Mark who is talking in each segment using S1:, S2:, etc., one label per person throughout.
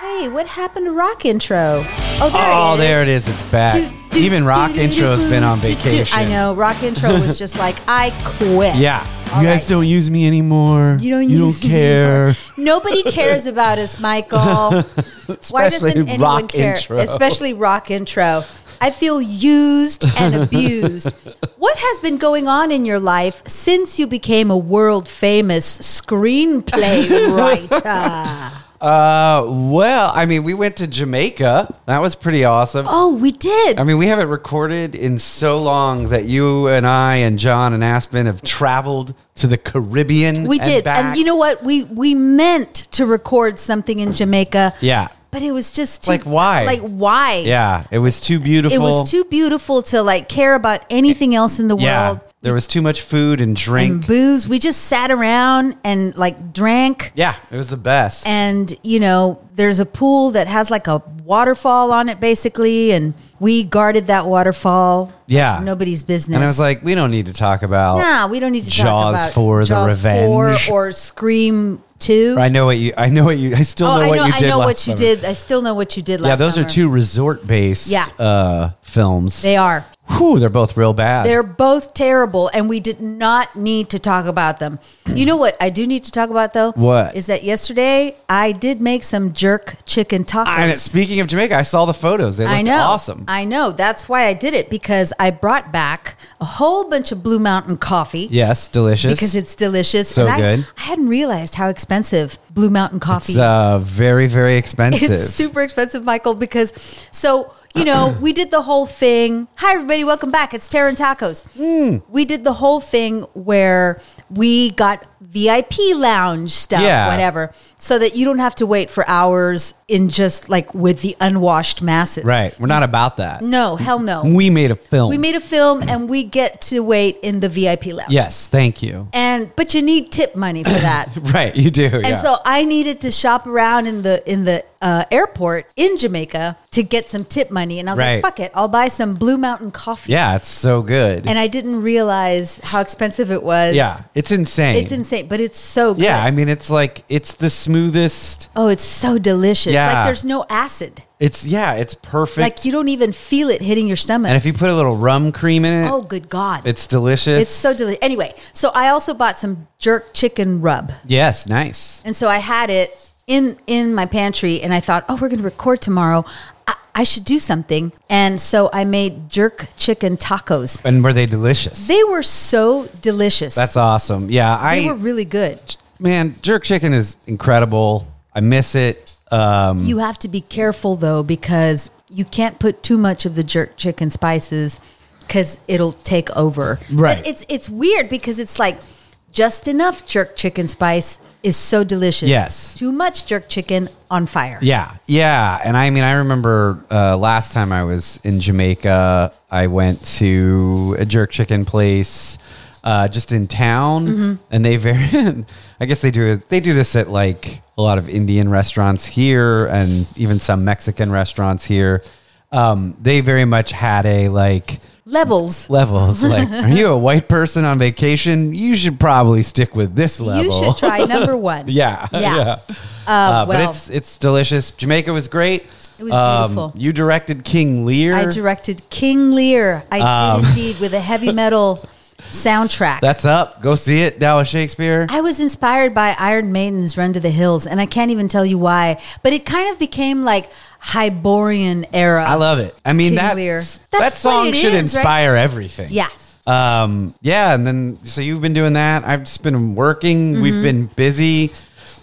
S1: Hey, what happened to rock intro? Oh, there it
S2: Oh,
S1: is.
S2: there it is. It's back.
S1: Do- do-
S2: Even Rock
S1: do- do-
S2: Intro has
S1: do-
S2: been on
S1: do- do-
S2: vacation.
S1: I know. Rock Intro was just like, I quit.
S2: Yeah.
S1: All
S2: you guys
S1: right.
S2: don't use me anymore.
S1: You don't
S2: You
S1: use
S2: don't
S1: me
S2: care.
S1: Nobody cares about us, Michael. Why
S2: Especially
S1: doesn't anyone
S2: rock
S1: care?
S2: intro.
S1: Especially rock intro. I feel used and abused. What has been going on in your life since you became a world famous screenplay writer?
S2: Uh, well, I mean, we went to Jamaica. That was pretty awesome.
S1: oh, we did.
S2: I mean, we haven't recorded in so long that you and I and John and Aspen have traveled to the Caribbean.
S1: we
S2: and
S1: did.
S2: back.
S1: And you know what? We we meant to record something in Jamaica.
S2: Yeah.
S1: But it was just too,
S2: Like, why?
S1: Like why?
S2: Yeah. It was too
S1: It
S2: beautiful.
S1: was too beautiful to like care about anything else in the
S2: Yeah.
S1: world.
S2: There was too much food and drink.
S1: and booze. We just sat around and like drank.
S2: yeah. It was the best.
S1: And, you know, there's a pool that has like a waterfall on it, basically. And we guarded that waterfall.
S2: Yeah.
S1: Nobody's business.
S2: and I was like, we don't need to talk about.
S1: nah, we don't need to talk
S2: Jaws
S1: about
S2: 4: The
S1: Jaws 4
S2: Revenge.
S1: or Scream 2.
S2: I know what you. I know what you. I still
S1: Oh,
S2: know
S1: I
S2: what
S1: know,
S2: you
S1: I
S2: did.
S1: know
S2: last
S1: what you
S2: summer.
S1: did. I still know what you did last
S2: Yeah, those are
S1: summer.
S2: two resort based
S1: Yeah.
S2: uh, films.
S1: They are.
S2: Whew, they're both real bad.
S1: They're both terrible, and we did not need to talk about them. You know what I do need to talk about though?
S2: What?
S1: is that? Yesterday I did make some jerk chicken tacos.
S2: and speaking of Jamaica, I saw the photos. They looked
S1: I know,
S2: awesome.
S1: I know. That's why I did it because I brought back a whole bunch of Blue Mountain coffee.
S2: yes, delicious.
S1: Because it's delicious.
S2: So
S1: and I,
S2: good.
S1: I hadn't realized how expensive Blue Mountain coffee
S2: It's, uh, very very expensive.
S1: it's super expensive, Michael, because so you know we did the whole thing. Hi, everybody, welcome back. It's Terran Tacos.
S2: Hmm.
S1: We did the whole thing where we got VIP lounge stuff,
S2: Yeah.
S1: whatever, so that you don't have to wait for hours in just like with the unwashed masses.
S2: right, Mm-hmm. we're not about that.
S1: No, hell no.
S2: We made a film.
S1: Mm. We made a film and we get to wait in the VIP lounge.
S2: yes, thank you.
S1: And but you need tip money for that.
S2: Right, you do. yeah.
S1: And so I needed to shop around in the in the uh, airport in Jamaica to get some tip money, and I was like,
S2: Right.
S1: "Fuck it, I'll buy some Blue Mountain coffee."
S2: yeah, it's so good.
S1: And I didn't realize how expensive it was.
S2: yeah, it's insane.
S1: it's insane, but it's so good.
S2: yeah, I mean, it's like it's the smoothest.
S1: oh, it's so delicious. Like
S2: Yeah.
S1: there's no acid.
S2: It's yeah, it's perfect.
S1: Like you don't even feel it hitting your stomach.
S2: and if you put a little rum cream in it,
S1: oh, good God!
S2: it's delicious.
S1: it's so delicious. Anyway, so I also bought some jerk chicken rub.
S2: yes, nice.
S1: And so I had it in in my pantry, and I thought, oh, we're going to record tomorrow. I, I should do something. And so I made jerk chicken tacos.
S2: And were they delicious?
S1: They were so delicious.
S2: That's awesome. Yeah,
S1: they
S2: I
S1: were really good.
S2: man, jerk chicken is incredible. I miss it. Um,
S1: You have to be careful though, because you can't put too much of the jerk chicken spices because it'll take over.
S2: Right.
S1: But it's it's weird because it's like just enough jerk chicken spice is so delicious.
S2: Yes.
S1: Too much jerk chicken on fire.
S2: yeah, yeah. And I mean, I remember uh, last time I was in Jamaica, I went to a jerk chicken place uh, just in town,
S1: Mm-hmm.
S2: and they very. I guess they do it. They do this at like a lot of Indian restaurants here, and even some Mexican restaurants here. Um, they very much had a like.
S1: Levels.
S2: levels. Like, are you a white person on vacation? You should probably stick with this level.
S1: You should try number one.
S2: yeah,
S1: Yeah. Uh,
S2: Uh, but
S1: well,
S2: it's it's delicious. Jamaica was great. Um,
S1: It was beautiful.
S2: You directed King Lear.
S1: I directed King Lear. I
S2: Um,
S1: did indeed with a heavy metal soundtrack.
S2: That's up. Go see it. Dallas Shakespeare.
S1: I was inspired by Iron Maiden's Run to the Hills, and I can't even tell you why, but it kind of became like Hyborian era.
S2: I love it. I mean
S1: King
S2: that
S1: Lear.
S2: that
S1: That's what
S2: song
S1: it
S2: should
S1: is, right?
S2: inspire everything.
S1: Yeah.
S2: Um. Yeah. And then so you've been doing that. I've just been working.
S1: Mm-hmm.
S2: We've been busy,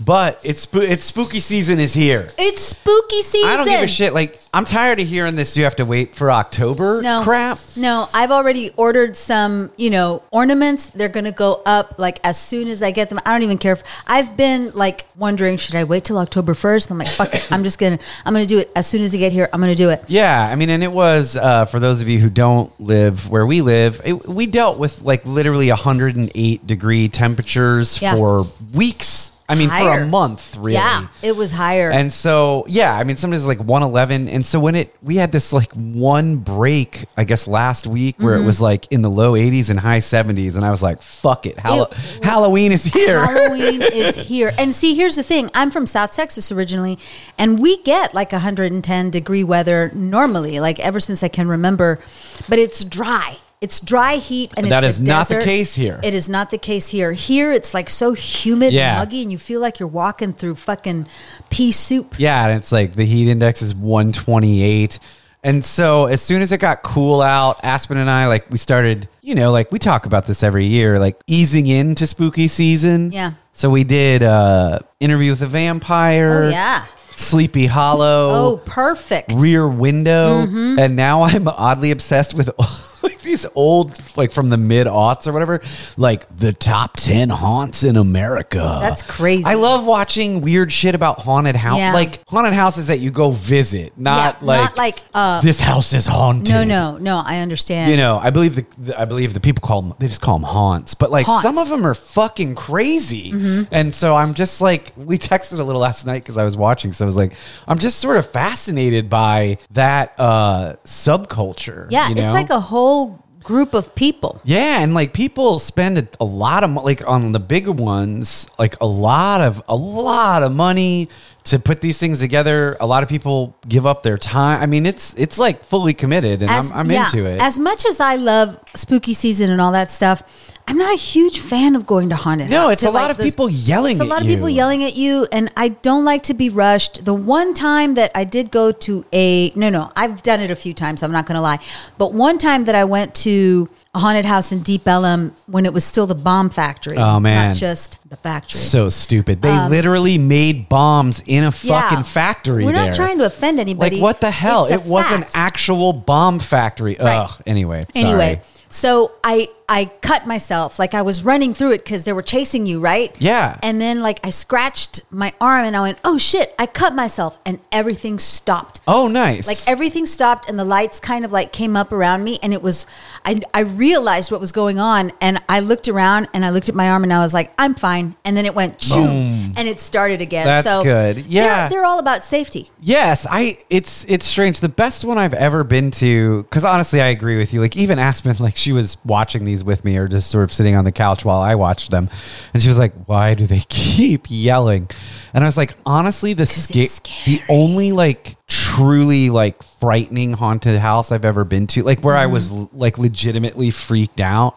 S2: but it's sp- it's spooky season is here.
S1: It's spooky season.
S2: I don't give a shit. Like I'm tired of hearing this. You have to wait for October.
S1: No
S2: crap.
S1: No, I've already ordered some, you know, ornaments. They're gonna go up like as soon as I get them. I don't even care if I've been like wondering, should I wait till October first? I'm like, fuck it. I'm just gonna I'm gonna do it as soon as I get here. I'm gonna do it.
S2: Yeah, I mean, and it was uh, for those of you who don't live where we live. It, we dealt with like literally 108 degree temperatures
S1: Yeah.
S2: for weeks I mean, for
S1: Higher.
S2: a month, really.
S1: Yeah, it was higher.
S2: And so, yeah, I mean, sometimes like 111. And so when it, we had this like one break, I guess last week where
S1: Mm-hmm.
S2: it was like in the low 80s and high 70s. And I was like, fuck it. Hall-
S1: Ew.
S2: Halloween is here.
S1: Halloween is here. And see, here's the thing. I'm from South Texas originally, and we get like 110 degree weather normally, like ever since I can remember, but it's dry. It's dry heat, and
S2: That
S1: it's
S2: is
S1: a
S2: not the
S1: desert.
S2: case here.
S1: It is not the case here. Here, it's like so humid
S2: Yeah.
S1: and muggy, and you feel like you're walking through fucking pea soup.
S2: Yeah, and it's like the heat index is 128. And so as soon as it got cool out, Aspen and I like we started, you know, like we talk about this every year, like easing into spooky season.
S1: Yeah.
S2: So we did uh interview with a vampire.
S1: Oh, yeah.
S2: Sleepy Hollow.
S1: Oh, perfect.
S2: Rear Window,
S1: Mm-hmm.
S2: and now I'm oddly obsessed with like these old, like from the mid aughts or whatever, like the top ten haunts in America.
S1: That's crazy.
S2: I love watching weird shit about haunted house,
S1: Yeah.
S2: like haunted houses that you go visit, not
S1: Yeah,
S2: like
S1: not like, uh,
S2: this house is haunted.
S1: No, no, no. I understand.
S2: You know, I believe the, the I believe the people call them they just call them haunts, but like
S1: Haunts. Mm-hmm.
S2: some of them are fucking crazy. And so I'm just like we texted a little last night cuz I was watching so I was like I'm just sort of fascinated by that uh subculture.
S1: yeah,
S2: you
S1: it's
S2: know?
S1: like a whole group of people.
S2: yeah, and like people spend a, a lot of mo- like on the big ones, like a lot of a lot of money to put these things together. A lot of people give up their time. I mean, it's it's like fully committed, and I'm, I'm
S1: yeah,
S2: into it.
S1: As much as I love spooky season and all that stuff, I'm not a huge fan of going to haunted.
S2: No,
S1: house-
S2: it's
S1: to,
S2: a lot
S1: like,
S2: of people yelling
S1: It's a
S2: at
S1: lot of people
S2: you.
S1: yelling at you, and I don't like to be rushed. The one time that I did go to a no, no, I've done it a few times. I'm not going to lie, but one time that I went to a haunted house in Deep Ellum when it was still the bomb factory.
S2: Oh, man.
S1: not just the factory.
S2: So stupid. They literally made bombs in a
S1: Um, Yeah.
S2: fucking factory.
S1: We're not
S2: there.
S1: trying to offend
S2: Like
S1: anybody.
S2: what the hell?
S1: It's a
S2: It was an
S1: fact.
S2: actual bomb factory. Ugh. Anyway. Sorry.
S1: Anyway, so I I cut myself like I was running through it because they were chasing you, right?
S2: Yeah.
S1: And then like I scratched my arm and I went, oh shit! I cut myself and everything stopped.
S2: Oh, nice.
S1: Like everything stopped and the lights kind of like came up around me and it was I I realized what was going on and I looked around and I looked at my arm and I was like, I'm fine. And then it went boom and it started again.
S2: That's
S1: so
S2: good.
S1: they're-
S2: Yeah.
S1: they're all about safety.
S2: Yes, I it's it's strange. The best one I've ever been to cuz honestly I agree with you. Like even Aspen like she was watching these with me or just sort of sitting on the couch while I watched them. And she was like, "Why do they keep yelling?" And I was like, "Honestly, the sca-
S1: it's scary.
S2: the only like truly like frightening haunted house I've ever been to, like where I was l- like legitimately freaked out,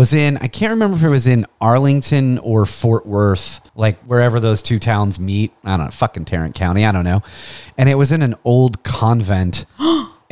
S2: was in I can't remember if it was in Arlington or Fort Worth, like wherever those two towns meet. I don't know, fucking Tarrant County, I don't know. And it was in an old convent.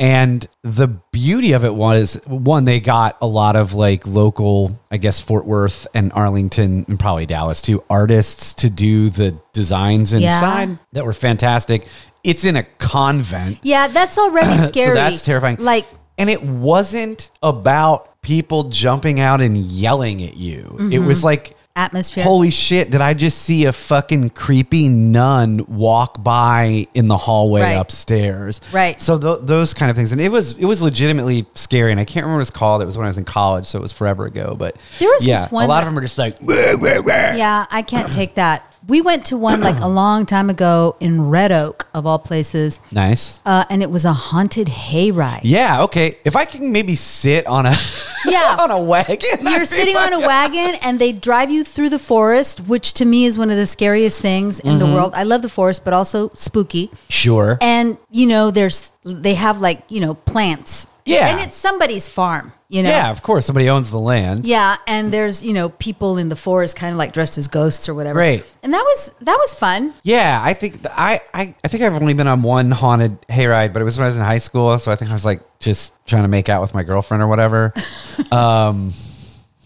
S2: And the beauty of it was one, they got a lot of like local, I guess, Fort Worth and Arlington and probably Dallas too, artists to do the designs inside that were fantastic. It's in a convent.
S1: Yeah, that's already scary.
S2: So that's terrifying.
S1: Like
S2: and it wasn't about people jumping out and yelling at you. It was like,
S1: Mm-hmm. atmosphere.
S2: holy shit, did I just see a fucking creepy nun walk by in the hallway
S1: Right.
S2: upstairs?
S1: Right.
S2: So th- those kind of things. And it was, it was legitimately scary. And I can't remember what it's called. It was when I was in college. So it was forever ago. But
S1: There was
S2: yeah,
S1: this one
S2: a lot
S1: that-
S2: of them are just like, "Wah, wah, wah."
S1: Yeah, I can't take that. We went to one like a long time ago in Red Oak, of all places,
S2: nice.
S1: uh, and it was a haunted hayride.
S2: Yeah. Okay. If I can maybe sit on a,
S1: Yeah.
S2: on a wagon.
S1: You're sitting on a wagon and they drive you through the forest, which to me is one of the scariest things in the
S2: Mm-hmm.
S1: world. I love the forest, but also spooky.
S2: Sure.
S1: And, you know, there's, they have like, you know, plants.
S2: Yeah.
S1: And it's somebody's farm, you know?
S2: yeah. Of course. Somebody owns the land.
S1: Yeah, and there's you know people in the forest, kind of like dressed as ghosts or whatever.
S2: Right.
S1: and that was that was fun.
S2: Yeah, I think th- I, I I think I've only been on one haunted hayride, but it was when I was in high school, so I think I was like just trying to make out with my girlfriend or whatever.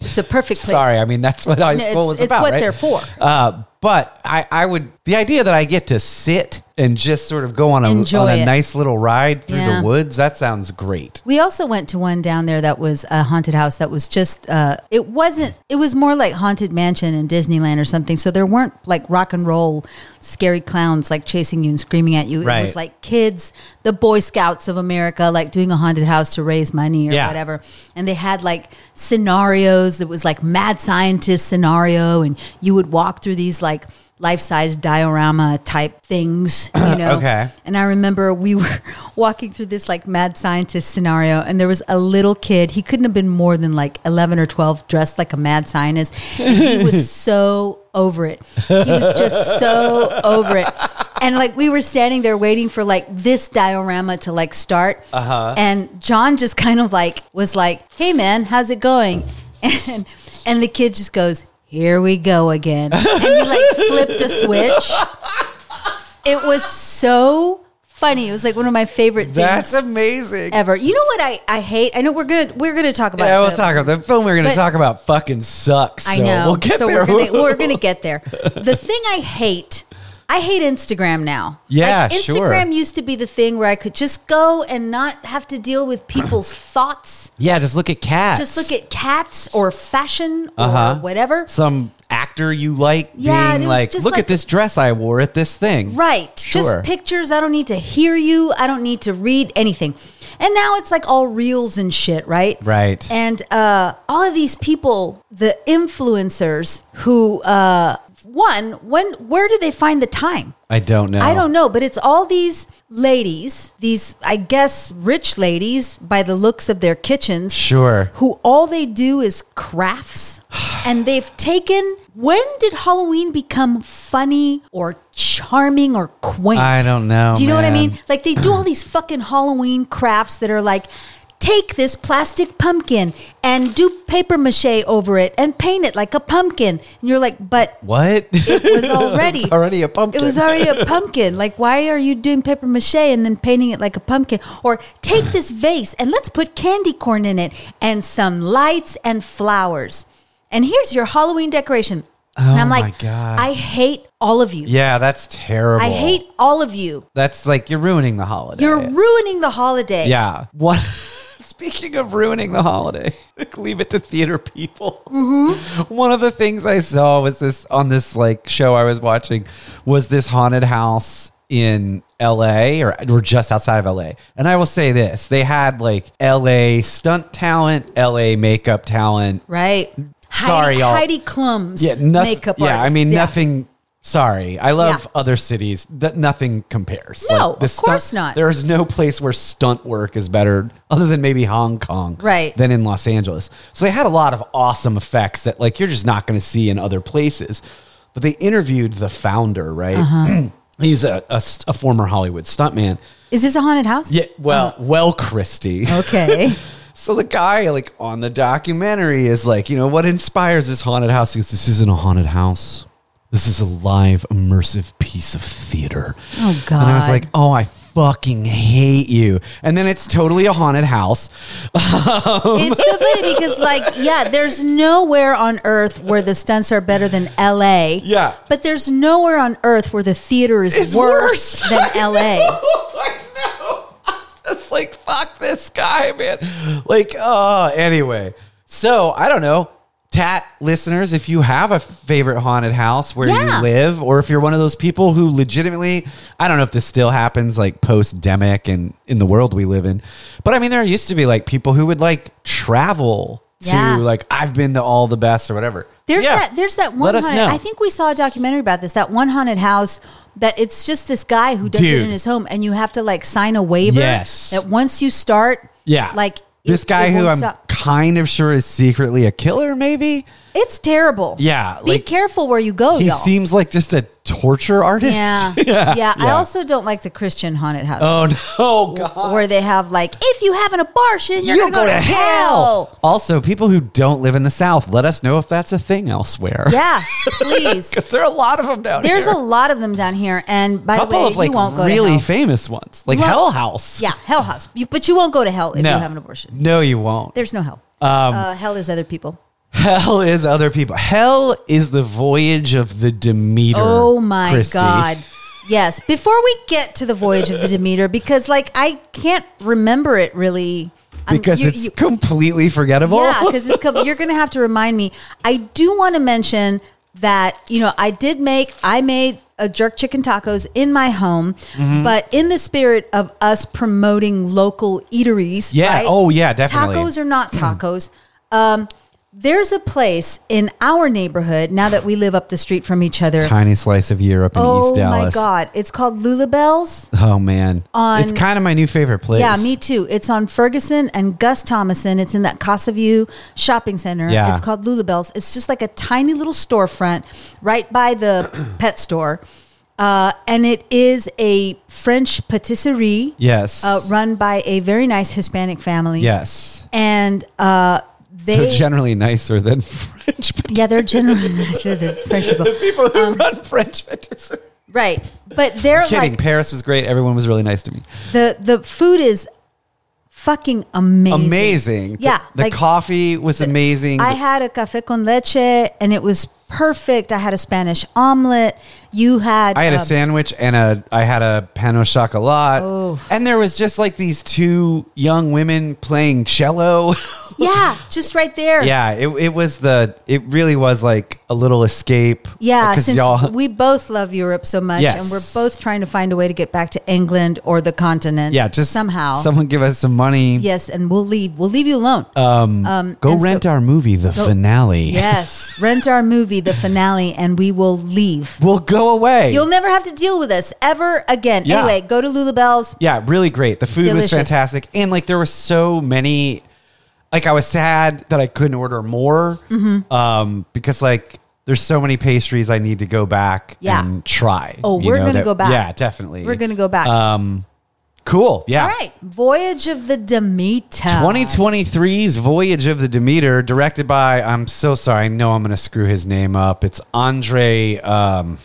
S1: It's a perfect place.
S2: Sorry, I mean that's what high
S1: No,
S2: school
S1: it's- it's
S2: is about.
S1: what
S2: right?
S1: they're for.
S2: Uh, but I, I would the idea that I get to sit and just sort of go on a
S1: Enjoy
S2: on a
S1: it.
S2: nice little ride through
S1: Yeah.
S2: the woods that sounds great.
S1: We also went to one down there that was a haunted house that was just uh it wasn't it was more like haunted mansion in Disneyland or something. So there weren't like rock and roll scary clowns like chasing you and screaming at you. It
S2: Right.
S1: was like kids, the Boy Scouts of America like doing a haunted house to raise money or
S2: Yeah.
S1: whatever. And they had like scenarios that was like mad scientist scenario and you would walk through these like life size diorama type things, you know.
S2: Okay.
S1: And I remember we were walking through this like mad scientist scenario, and there was a little kid. He couldn't have been more than like 11 or 12, dressed like a mad scientist. And he was so over it. He was just so over it. And like we were standing there waiting for like this diorama to like start. Uh-huh. And John just kind of like was like, hey man, how's it going? And, and the kid just goes, here we go again. And he like flipped a switch. It was so funny. It was like one of my favorite things
S2: That's amazing.
S1: ever. You know what I, I hate? I know we're gonna we're gonna talk about
S2: Yeah, we'll
S1: the-
S2: talk about the film we're going to
S1: But-
S2: talk about. Fucking sucks.
S1: I
S2: so
S1: know.
S2: We'll get
S1: so
S2: there.
S1: we're gonna we're gonna get there. The thing I hate. I hate Instagram now.
S2: Yeah,
S1: Like,
S2: sure.
S1: Instagram used to be the thing where I could just go and not have to deal with people's thoughts.
S2: yeah, just look at cats.
S1: Just look at cats or fashion or
S2: Uh-huh.
S1: whatever.
S2: some actor you like
S1: Yeah, and
S2: being
S1: it was
S2: like,
S1: just
S2: look
S1: like-
S2: at this dress I wore at this thing.
S1: Right.
S2: Sure.
S1: Just pictures. I don't need to hear you. I don't need to read anything. And now it's like all reels and shit, right?
S2: Right.
S1: And uh, all of these people, the influencers who, uh, one, when, where do they find the time?
S2: I don't know.
S1: I don't know, but it's all these ladies, these, I guess, rich ladies by the looks of their kitchens.
S2: Sure.
S1: Who all they do is crafts. and they've taken, when did Halloween become funny or charming or quaint?
S2: I don't know,
S1: Do you know what I
S2: man.
S1: mean? Like they do all these fucking Halloween crafts that are like, Take this plastic pumpkin and do paper mache over it and paint it like a pumpkin. And you're like, but
S2: What?
S1: it was already
S2: It's already a pumpkin.
S1: It was already a pumpkin. Like, why are you doing paper mache and then painting it like a pumpkin? Or take this vase and let's put candy corn in it and some lights and flowers. And here's your Halloween decoration. and I'm
S2: Oh my
S1: like,
S2: God.
S1: I hate all of you.
S2: yeah, that's terrible.
S1: I hate all of you.
S2: That's like you're ruining the holiday.
S1: You're ruining the holiday.
S2: yeah. What? Speaking of ruining the holiday, leave it to theater people. One of the things I saw was this on this like show I was watching was this haunted house in LA or, or just outside of LA. And I will say this, they had like LA stunt talent, LA makeup talent,
S1: Right.
S2: Sorry,
S1: Heidi,
S2: y'all.
S1: Heidi Klum's
S2: yeah, nothing,
S1: makeup
S2: Yeah, I
S1: artist.
S2: mean nothing. Sorry, I love
S1: Yeah.
S2: other cities. That nothing compares.
S1: No,
S2: the
S1: of course
S2: stunt-
S1: not.
S2: There is no place where stunt work is better, other than maybe Hong Kong,
S1: Right.
S2: Than in Los Angeles. So they had a lot of awesome effects that like you're just not going to see in other places. But they interviewed the founder, right?
S1: Uh-huh.
S2: He's a, a st- a former Hollywood stuntman. Uh-huh.
S1: Is this a haunted house?
S2: Yeah, well, well, Christie.
S1: Oh, Okay.
S2: So the guy, like on the documentary, is like, you know, what inspires this haunted house? He goes, this isn't a haunted house. This is a live, immersive piece of theater.
S1: Oh,
S2: And I was
S1: God.
S2: like, oh, I fucking hate you. And then it's totally a haunted house.
S1: It's so funny because, like, yeah, there's nowhere on earth where the stunts are better than LA.
S2: Yeah.
S1: But there's nowhere on earth where the theater is
S2: It's
S1: worse,
S2: worse.
S1: than LA.
S2: I know. I'm just like, fuck this guy, man. Like, uh, anyway. So I don't know. Tat listeners, if you have a favorite haunted house where
S1: Yeah.
S2: you live, or if you're one of those people who legitimately, I don't know if this still happens like post demic and in the world we live in, but I mean, there used to be like people who would like travel to
S1: Yeah.
S2: like, I've been to all the best or whatever.
S1: There's
S2: Yeah.
S1: that. There's that one.
S2: Let us
S1: haunted,
S2: know.
S1: I think we saw a documentary about this. That one haunted house. That it's just this guy who does
S2: Dude.
S1: it in his home, and you have to like sign a waiver.
S2: Yes.
S1: That once you start,
S2: Yeah.
S1: Like
S2: this
S1: it-
S2: guy
S1: it
S2: who
S1: won't
S2: I'm
S1: stop.
S2: kind of sure is secretly a killer, maybe?
S1: It's terrible.
S2: Yeah,
S1: Be
S2: like,
S1: careful where you go,
S2: He
S1: y'all.
S2: seems like just a torture artist.
S1: yeah. yeah. I also don't like the Christian haunted house.
S2: Oh no, God.
S1: where they have like, if you have an abortion, you're
S2: You'll
S1: gonna go, to hell.
S2: Also, people who don't live in the South, let us know if that's a thing elsewhere.
S1: Yeah, please.
S2: Because there are a lot of them down
S1: There's
S2: here.
S1: a lot of them down here, and by
S2: a
S1: the
S2: couple
S1: way,
S2: of like
S1: you won't go
S2: really
S1: to hell.
S2: famous ones, like
S1: Well,
S2: Hell House.
S1: yeah, hell house, you, but you won't go to hell if
S2: no. Um,
S1: you have an abortion.
S2: No, you won't.
S1: There's no hell. uh, hell is other people.
S2: Hell is other people. Hell is the voyage of the Demeter.
S1: Oh my
S2: Christie.
S1: god. Yes. Before we get to the voyage of the Demeter, because like I can't remember it really. I'm-
S2: Because
S1: you-
S2: it's
S1: you-
S2: completely forgettable.
S1: Yeah, because this couple, you're going to have to remind me. I do want to mention that you know I did make I made a jerk chicken tacos in my home,
S2: Mm-hmm.
S1: but in the spirit of us promoting local eateries.
S2: Yeah.
S1: right?
S2: Oh, yeah, definitely.
S1: Tacos are not tacos. um, There's a place in our neighborhood now that we live up the street from each other.
S2: Tiny slice of Europe in
S1: Oh
S2: East
S1: my
S2: Dallas.
S1: God. It's called Lulabelle's.
S2: Oh man,
S1: On-
S2: it's kind of my new favorite place.
S1: Yeah, me too. It's on Ferguson and Gus Thomason. It's in that Casa View shopping center.
S2: Yeah.
S1: It's called Lulabelle's. It's just like a tiny little storefront right by the pet store. Uh, and it is a French patisserie
S2: Yes.
S1: uh, run by a very nice Hispanic family.
S2: Yes.
S1: And uh,
S2: They're
S1: they.
S2: generally nicer than French. pat-
S1: yeah, they're generally nicer than French people.
S2: People who run French patisserie.
S1: Right. But they're
S2: Kidding.
S1: Um, like
S2: Paris was great. Everyone was really nice to me.
S1: the the food is fucking amazing.
S2: Amazing.
S1: Yeah,
S2: The, the
S1: like-
S2: coffee was amazing.
S1: I had a cafe con leche and it was perfect. I had a Spanish omelet. You had
S2: I had a
S1: um,
S2: sandwich and a I had a pan au chocolat,
S1: Oh.
S2: and there was just like these two young women playing cello.
S1: Yeah, just right there.
S2: yeah, it, it was the it really was like a little escape.
S1: Yeah,
S2: because
S1: since
S2: y'all
S1: we both love Europe so much
S2: Yes.
S1: and we're both trying to find a way to get back to England or the continent.
S2: yeah just
S1: somehow.
S2: someone give us some money.
S1: yes, and we'll leave. We'll leave you alone.
S2: Um, go
S1: and so-
S2: rent our movie, the finale.
S1: yes. Rent our movie, the finale, and we will leave.
S2: we'll go away.
S1: You'll never have to deal with us ever again.
S2: Yeah.
S1: Anyway, go to Lulabelle's.
S2: yeah, really great. The food
S1: Delicious.
S2: was fantastic, and like there were so many. Like I was sad that I couldn't order more,
S1: Mm-hmm.
S2: um, because like there's so many pastries I need to go back
S1: Yeah.
S2: and try.
S1: Oh,
S2: you
S1: we're gonna go back.
S2: Yeah, definitely.
S1: We're gonna go back.
S2: Um, cool. Yeah.
S1: All right. Voyage of the Demeter.
S2: 2023's Voyage of the Demeter, directed by, I'm so sorry, I know I'm going to screw his name up. It's Andre um,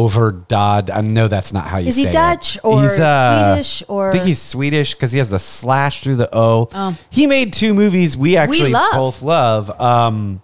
S2: Overdod. I know that's not how you
S1: Is
S2: say
S1: he
S2: it.
S1: Dutch or
S2: uh,
S1: Swedish or-
S2: I think he's Swedish because he has the slash through the O.
S1: Oh.
S2: He made two movies we actually
S1: love.
S2: both love. Um,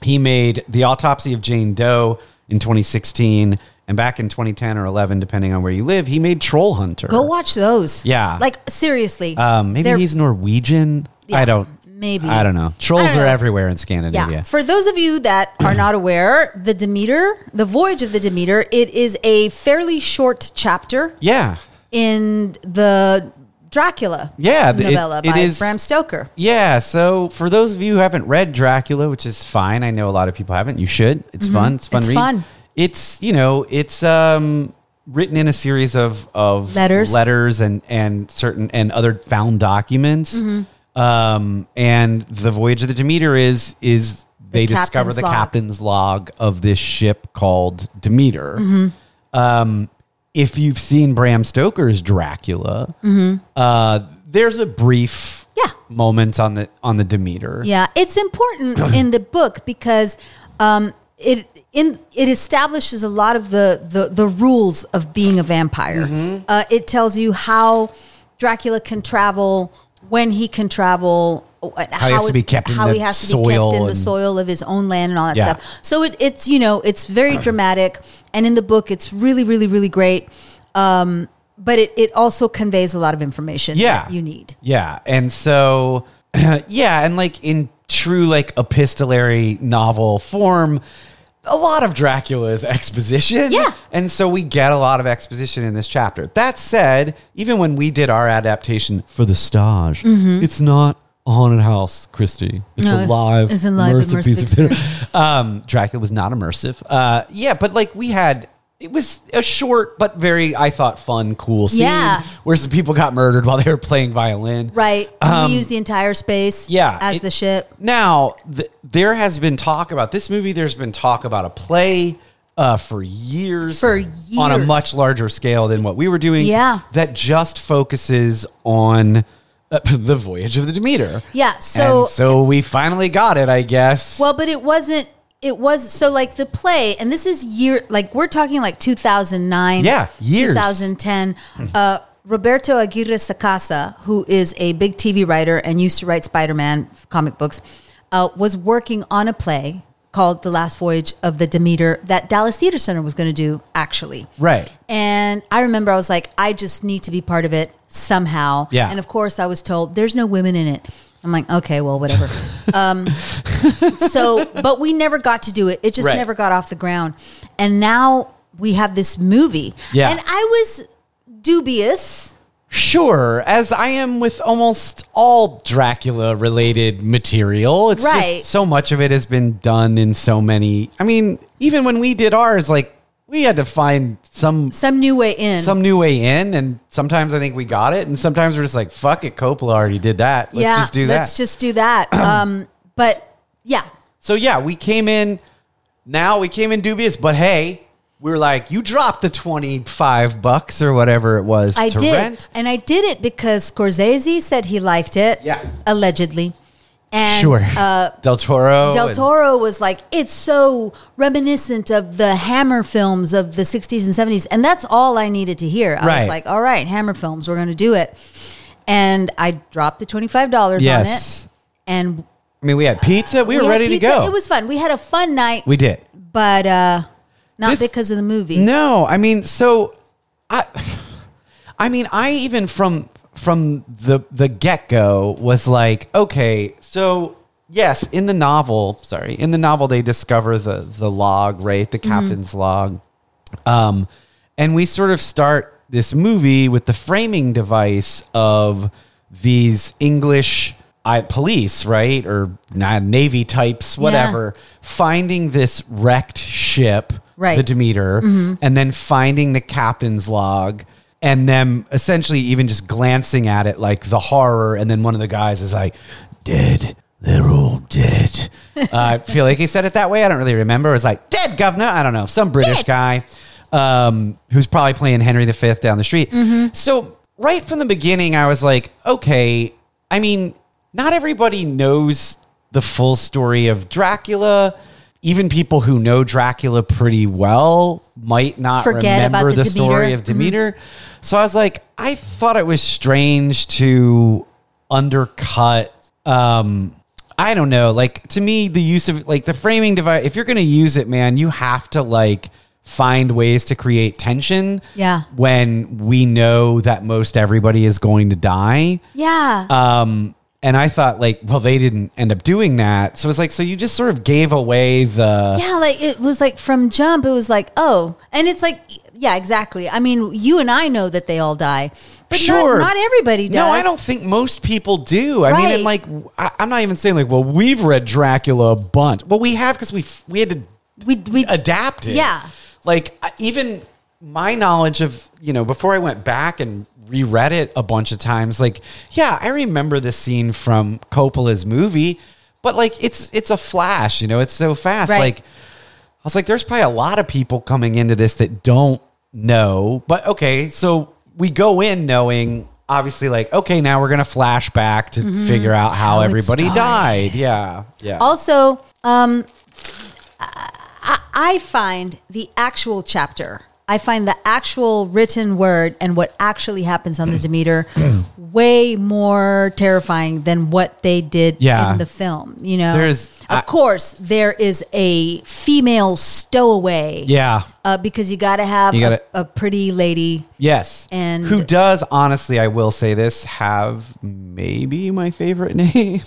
S2: he made The Autopsy of Jane Doe in 2016. And back in 2010 or 11, depending on where you live, he made Troll Hunter.
S1: Go watch those.
S2: Yeah.
S1: Like seriously.
S2: Um, maybe
S1: They're-
S2: he's Norwegian.
S1: Yeah,
S2: I don't.
S1: maybe.
S2: I don't know. Trolls
S1: don't know.
S2: are everywhere in
S1: yeah.
S2: Scandinavia.
S1: For those of you that are not aware, the Demeter, the Voyage of the Demeter, it is a fairly short chapter
S2: Yeah.
S1: in the Dracula
S2: Yeah, th- it-
S1: novella
S2: it
S1: by
S2: is-
S1: Bram Stoker.
S2: Yeah, so for those of you who haven't read Dracula, which is fine, I know a lot of people haven't. You should. It's fun. It's fun.
S1: Mm-hmm. It's
S2: read.
S1: fun.
S2: It's you know, it's um, written in a series of of
S1: Letters.
S2: letters, and and certain and other found documents.
S1: Mm-hmm.
S2: Um, and the voyage of the Demeter is is they discover
S1: captain's
S2: the
S1: log.
S2: captain's log of this ship called Demeter.
S1: Mm-hmm.
S2: Um, if you've seen Bram Stoker's Dracula, uh, there's a brief
S1: Mm-hmm. Yeah.
S2: moment on the on the Demeter.
S1: Yeah, it's important in the book because um, it in it establishes a lot of the the, the rules of being a vampire.
S2: Mm-hmm.
S1: Uh, it tells you how Dracula can travel, when he can travel. uh, How,
S2: he has to
S1: it's-
S2: be kept in
S1: how
S2: the
S1: he has to be
S2: soil
S1: kept in the
S2: and-
S1: soil of his own land and all that
S2: Yeah.
S1: stuff. So it, it's you know it's very dramatic, and in the book it's really really really great. Um, but it, it also conveys a lot of information
S2: Yeah.
S1: that you need.
S2: Yeah. And so yeah, and like in true like epistolary novel form, a lot of Dracula is exposition.
S1: Yeah.
S2: And so we get a lot of exposition in this chapter. That said, even when we did our adaptation for the stage, it's not a haunted house, Christy. It's
S1: Mm-hmm. No,
S2: a live,
S1: it's a live immersive
S2: theater. Um, Dracula was not immersive. Uh, yeah, but like we had, it was a short but very, I thought, fun, cool scene
S1: Yeah.
S2: where some people got murdered while they were playing violin.
S1: Right. And we use the entire space
S2: Um, yeah,
S1: as
S2: it-
S1: the ship.
S2: Now, th- there has been talk about this movie. There's been talk about a play uh, for years,
S1: For
S2: on a
S1: years.
S2: much larger scale than what we were doing.
S1: Yeah.
S2: that just focuses on uh, the voyage of the Demeter.
S1: Yeah, so-
S2: And so we finally got it, I guess.
S1: Well, but it wasn't it was so like the play and this is year like we're talking like 2009
S2: Yeah, years.
S1: 2010 uh Roberto Aguirre Sacasa who is a big TV writer and used to write Spider-Man comic books uh, was working on a play called The Last Voyage of the Demeter that Dallas Theater Center was going to do actually
S2: right.
S1: And I remember I was like, I just need to be part of it somehow.
S2: Yeah.
S1: And of course, I was told there's no women in it. I'm like, okay, well, whatever. um, so, but we never got to do it. It just
S2: Right.
S1: never got off the ground. And now we have this movie.
S2: Yeah.
S1: And I was dubious
S2: Sure, as I am with almost all Dracula related material. It's
S1: Right.
S2: just so much of it has been done in so many. I mean, even when we did ours, like we had to find some
S1: Some new way in.
S2: some new way in and sometimes I think we got it and sometimes we're just like fuck it, Coppola already did that. Let's
S1: yeah,
S2: just do that.
S1: Let's just do that. um, but yeah,
S2: So yeah, we came in now we came in dubious, but hey, we were like, you dropped the twenty five bucks or whatever it was
S1: I
S2: to
S1: did,
S2: rent.
S1: and I did it because Scorsese said he liked it.
S2: Yeah.
S1: allegedly. And,
S2: sure.
S1: Uh,
S2: Del Toro.
S1: Del
S2: and-
S1: Toro was like, it's so reminiscent of the Hammer films of the 60s and 70s. And that's all I needed to hear. I was
S2: Right.
S1: like, all right, Hammer films, we're going to do it. And I dropped the $25
S2: Yes.
S1: on it. And
S2: I mean we had pizza, we, were
S1: had
S2: ready to
S1: pizza.
S2: go.
S1: It was fun. We had a fun night,
S2: we did.
S1: but uh, not
S2: This-
S1: because of the movie.
S2: No, I mean, so I, I mean, I even from from the the get go was like, okay, so yes, in the novel, sorry, in the novel they discover the the log, right, the captain's log, um, and we sort of start this movie with the framing device of these English. I, police, right, or na- navy types, whatever, finding this wrecked ship,
S1: Right.
S2: the Demeter, and then finding the captain's log and them essentially even just glancing at it like the horror. And then one of the guys is like, dead. They're all dead. uh, I feel like he said it that way. I don't really remember. It was like, dead, governor. I don't know. Some British guy um, who's probably playing Henry V down the street. So, right from the beginning, I was like, okay, I mean, not everybody knows the full story of Dracula. Even people who know Dracula pretty well might not
S1: Forget about
S2: remember
S1: the
S2: the,
S1: Demeter. Mm-hmm.
S2: story of Demeter. So I was like, I thought it was strange to undercut. Um, I don't know. Like to me, the use of like the framing device. If you're going to use it, man, you have to like find ways to create tension.
S1: Yeah.
S2: When we know that most everybody is going to die.
S1: Yeah.
S2: Um, and I thought like, well, they didn't end up doing that. So it's like, so you just sort of gave away the
S1: yeah, like it was like from jump, it was like, oh. And it's like, yeah, exactly. I mean, you and I know that they all die, but not-
S2: sure.
S1: not, everybody does.
S2: No, I don't think most people do. I mean,
S1: Right.
S2: and like, I, I'm not even saying like, well, we've read Dracula a bunch. Well, we have because we f- we had to
S1: We, we,
S2: Uh, adapt it.
S1: Yeah.
S2: Like I- even my knowledge of you know before I went back and reread it a bunch of times. Like, yeah, I remember this scene from Coppola's movie, but like it's it's a flash. You know, it's so fast.
S1: Right.
S2: Like I was like, there's probably a lot of people coming into this that don't know. But okay, so we go in knowing, obviously, like, okay, now we're going to flash back to figure out how,
S1: Mm-hmm. it
S2: everybody
S1: started.
S2: died. Yeah. Yeah.
S1: Also, um, I, I find the actual chapter, I find the actual written word and what actually happens on the Demeter way more terrifying than what they did
S2: Yeah.
S1: in the film. You know,
S2: There's-
S1: of
S2: I-
S1: course there is a female stowaway.
S2: yeah.
S1: Uh, because you got to have
S2: You gotta-
S1: a, a pretty lady.
S2: Yes.
S1: And-
S2: who does, honestly, I will say this, have maybe my favorite name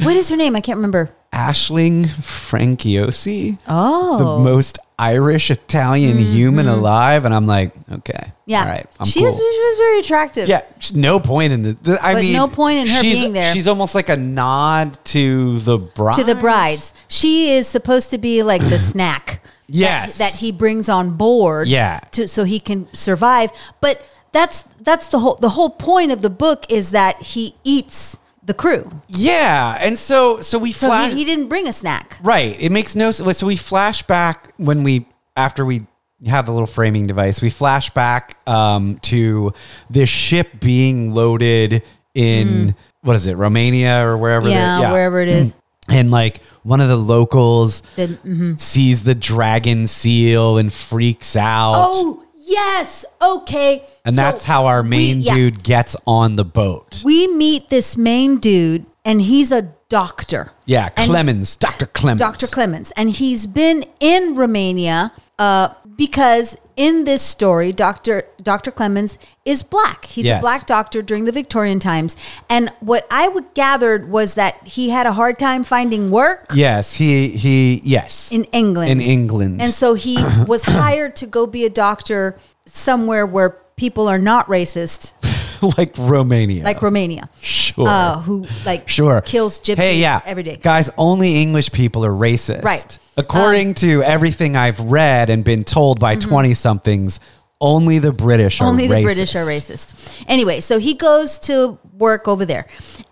S1: What is her name? I can't remember.
S2: Ashling Frankiosi.
S1: Oh, Mm-hmm.
S2: The most Irish Italian human alive. And I'm like, okay.
S1: yeah.
S2: All right. I'm
S1: she,
S2: cool.
S1: is, she was very attractive.
S2: Yeah, sh- no point in the. the- I
S1: But
S2: mean,
S1: no point in her
S2: she's-
S1: being there.
S2: She's almost like a nod to the bride.
S1: to the brides. She is supposed to be like the snack. that-
S2: Yes.
S1: That, he brings on board.
S2: Yeah.
S1: To, so he can survive. But that's that's the whole the whole point of the book is that he eats the crew.
S2: Yeah, and so so we
S1: So
S2: flash
S1: he, he didn't bring a snack.
S2: right. It makes no sense. So we flash back when we after we have the little framing device. We flash back um, to this ship being loaded in what is it Romania or wherever? they're-
S1: Hmm. Yeah, Mm. wherever it is.
S2: and like one of the locals
S1: The- mm-hmm.
S2: sees the dragon seal and freaks out.
S1: Oh yes. Okay.
S2: And
S1: So
S2: that's how our main
S1: we- yeah.
S2: dude gets on the boat.
S1: We meet this main dude, and he's a doctor.
S2: Yeah,
S1: And-
S2: Clemens, Dr. Clemens.
S1: Dr. Clemens, and he's been in Romania uh, because in this story, Dr. Dr. Clemens is black. He's a
S2: Yes.
S1: black doctor during the Victorian times, and what I would gathered was that he had a hard time finding work
S2: Yes, he he yes.
S1: in England.
S2: In England.
S1: and so he was hired to go be a doctor somewhere where people are not racist.
S2: like Romania.
S1: like Romania,
S2: sure.
S1: uh, who like
S2: Oh. Sure.
S1: kills gypsies
S2: Hey, yeah.
S1: every day.
S2: Guys, only English people are racist.
S1: Right. Um,
S2: According to everything I've read and been told by 20 somethings, only the British are
S1: Mm-hmm. Only
S2: racist.
S1: the British are racist. Anyway, so he goes to work over there,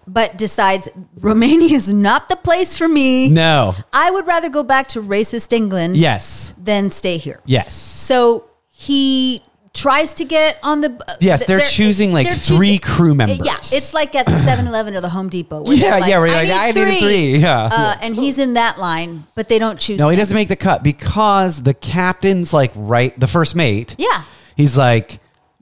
S1: but decides Romania is not the place for me.
S2: No.
S1: I would rather go back to racist England
S2: Yes.
S1: than stay here.
S2: Yes.
S1: So he tries to get on the. uh,
S2: Yes, they're choosing, like, three crew members.
S1: Yeah, it's like at the 7 Eleven or the Home Depot. where
S2: Yeah,
S1: they're like,
S2: yeah, where you're like, "I need three," yeah.
S1: Uh, and he's in that line, but they don't choose.
S2: No, he
S1: him.
S2: doesn't make the cut because the captain's like right the first mate.
S1: Yeah.
S2: He's like,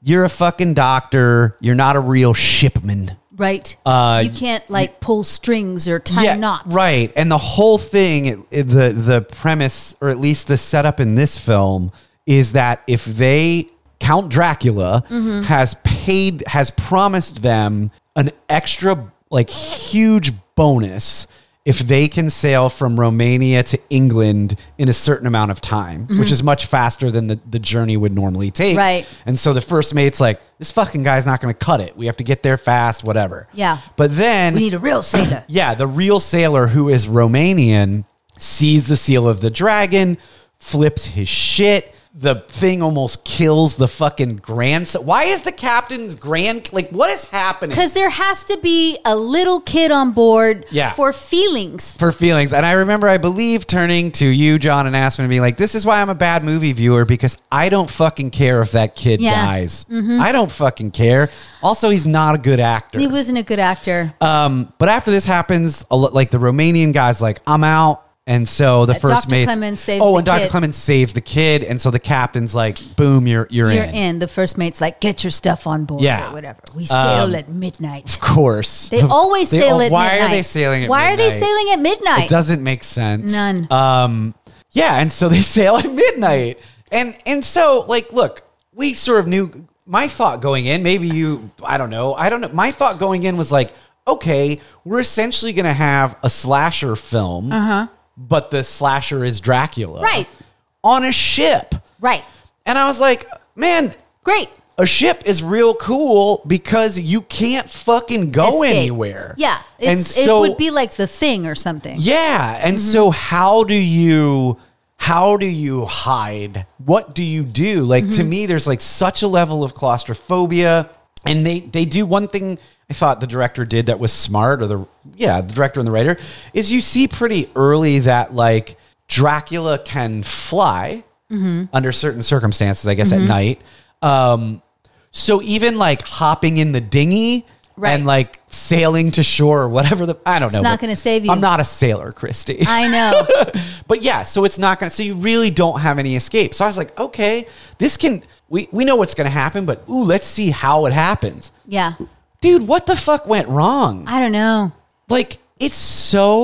S2: You're a fucking doctor. You're not a real shipman.
S1: Right.
S2: Uh,
S1: you can't like pull strings or tie knots.
S2: Right. And the whole thing, it- it- the the premise, or at least the setup in this film, is that if they Count Dracula
S1: Mm-hmm.
S2: has paid has promised them an extra like huge bonus if they can sail from Romania to England in a certain amount of time, which is much faster than the, the journey would normally take.
S1: Mm-hmm. Right.
S2: And so the first mate's like, this fucking guy's not gonna cut it. We have to get there fast, whatever.
S1: Yeah.
S2: But then
S1: We need a real sailor.
S2: yeah, the real sailor who is Romanian sees the seal of the dragon, flips his shit. The thing almost kills the fucking grandson. Why is the captain's grand like what is happening?
S1: Because there has to be a little kid on board
S2: Yeah.
S1: for feelings.
S2: For feelings. And I remember, I believe, turning to you, John, and Aspen and being like, this is why I'm a bad movie viewer because I don't fucking care if that kid
S1: Yeah. Mm-hmm.
S2: dies. I don't fucking care. Also, he's not a good actor.
S1: He wasn't a good actor.
S2: Um, but after this happens, a lo- like the Romanian guy's like, I'm out. And so the
S1: Dr.
S2: first mate.
S1: Uh, Clemens saves
S2: oh,
S1: the
S2: and Dr.
S1: kid.
S2: Clemens saves the kid. And so the captain's like, boom, you're, you're,
S1: You're
S2: in.
S1: in. The first mate's like, get your stuff on board
S2: Yeah.
S1: or whatever. We sail at midnight.
S2: Of course.
S1: They always
S2: They
S1: sail
S2: al-
S1: at
S2: why
S1: midnight.
S2: are they sailing at
S1: Why are they
S2: midnight?
S1: sailing at midnight?
S2: It doesn't make sense.
S1: None.
S2: Um, yeah, and so they sail at midnight, and and so like, look, we sort of knew my thought going in. Maybe you, I don't know, I don't know. My thought going in was like, okay, we're essentially going to have a slasher film, uh-huh. but the slasher is Dracula,
S1: Right.
S2: On a ship,
S1: Right.
S2: and I was like, man.
S1: Great.
S2: A ship is real cool because you can't fucking go
S1: Escape.
S2: anywhere.
S1: Yeah.
S2: and
S1: It's,
S2: so
S1: it would be like the thing Mm-hmm. or something.
S2: yeah, and so how do you how do you hide? What do you do? Like
S1: Mm-hmm.
S2: to me there's like such a level of claustrophobia and they they do one thing I thought the director did that was smart or the yeah, the director and the writer is you see pretty early that like Dracula can fly
S1: Mm-hmm.
S2: under certain circumstances, I guess at night. Um so even like hopping in the dinghy
S1: Right.
S2: and like sailing to shore or whatever the I don't know.
S1: not
S2: but
S1: gonna save you.
S2: I'm not a sailor, Christy.
S1: I know.
S2: but yeah, so it's not gonna. So you really don't have any escape. So I was like, okay, this can. We we know what's gonna happen, but ooh, let's see how it happens,
S1: yeah.
S2: dude. What the fuck went wrong?
S1: I don't know.
S2: Like it's so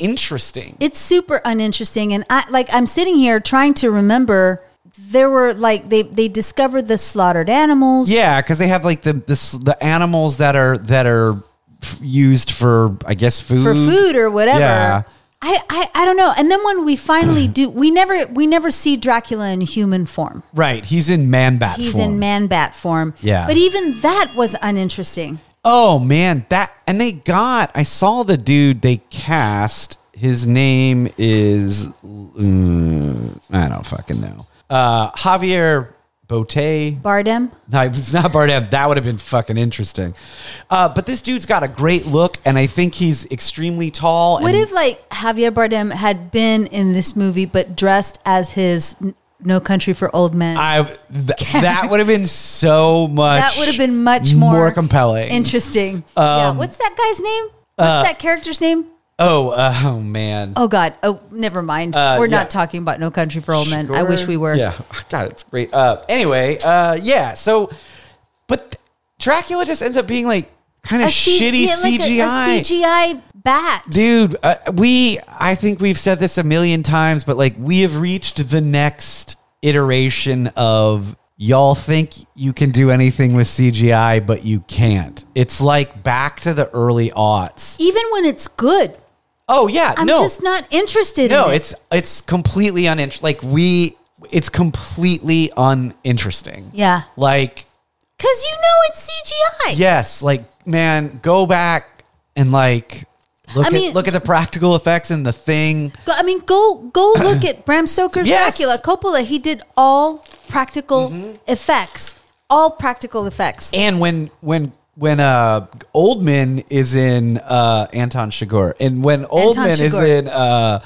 S2: uninteresting.
S1: it's super uninteresting and i like i'm sitting here trying to remember there were like they they discovered the slaughtered animals
S2: Yeah, because they have like the this the animals that are that are f- used for I guess food
S1: for food or whatever
S2: Yeah.
S1: I, I i don't know and then when we finally do we never we never see dracula in human form
S2: Right, he's in man bat.
S1: he's
S2: form.
S1: in man bat form
S2: Yeah.
S1: but even that was uninteresting
S2: Oh man, that and they got. I saw the dude they cast. His name is mm, I don't fucking know. Uh, Javier Bote.
S1: bardem
S2: No, it's not Bardem. That would have been fucking interesting. Uh, but this dude's got a great look, and I think he's extremely tall.
S1: what
S2: and
S1: if like javier bardem had been in this movie but dressed as his N- no country for old men
S2: I th- that would have been so much.
S1: That would have been much more,
S2: more compelling.
S1: interesting.
S2: Um,
S1: yeah. What's that guy's name? What's
S2: uh,
S1: that character's name?
S2: oh, uh, oh man.
S1: Oh God. Oh, never mind.
S2: Uh,
S1: we're
S2: yeah.
S1: not talking about No Country for Old Men. I wish we were.
S2: Yeah, God, it's great. Uh, anyway, uh, yeah. So, but th- Dracula just ends up being like kind
S1: A
S2: of
S1: C-
S2: shitty
S1: yeah, like a-
S2: CGI.
S1: A, CGI bat.
S2: Dude, uh, we I think we've said this a million times, but like we have reached the next iteration of y'all think you can do anything with CGI, but you can't. It's like back to the early aughts.
S1: Even when it's good,
S2: Oh yeah,
S1: I'm
S2: no,
S1: just not interested.
S2: no,
S1: in it.
S2: it's it's completely uninteresting. Like we, it's completely uninteresting.
S1: Yeah.
S2: Like
S1: Because you know it's CGI.
S2: Yes, like man, go back and like look
S1: I mean-
S2: at look at the practical effects in the thing.
S1: Go, I mean, go go look at Bram Stoker's
S2: Yes. Mm-hmm.
S1: Dracula. Coppola, he did all practical effects. All practical effects.
S2: And when when when uh Oldman is in uh Anton Chigurh and when Oldman is
S1: Chigurh.
S2: in uh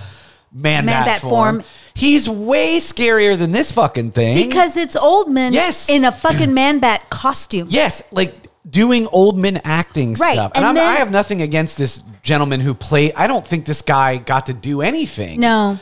S2: Man,
S1: Man
S2: Bat,
S1: Bat
S2: form,
S1: Form.
S2: he's way scarier than this fucking thing.
S1: because it's Oldman
S2: Yes.
S1: in a fucking man bat costume.
S2: yes, like doing Oldman acting
S1: Right,
S2: stuff. And,
S1: and
S2: I'm,
S1: then-
S2: I have nothing against this gentleman who played I don't think this guy got to do anything.
S1: No.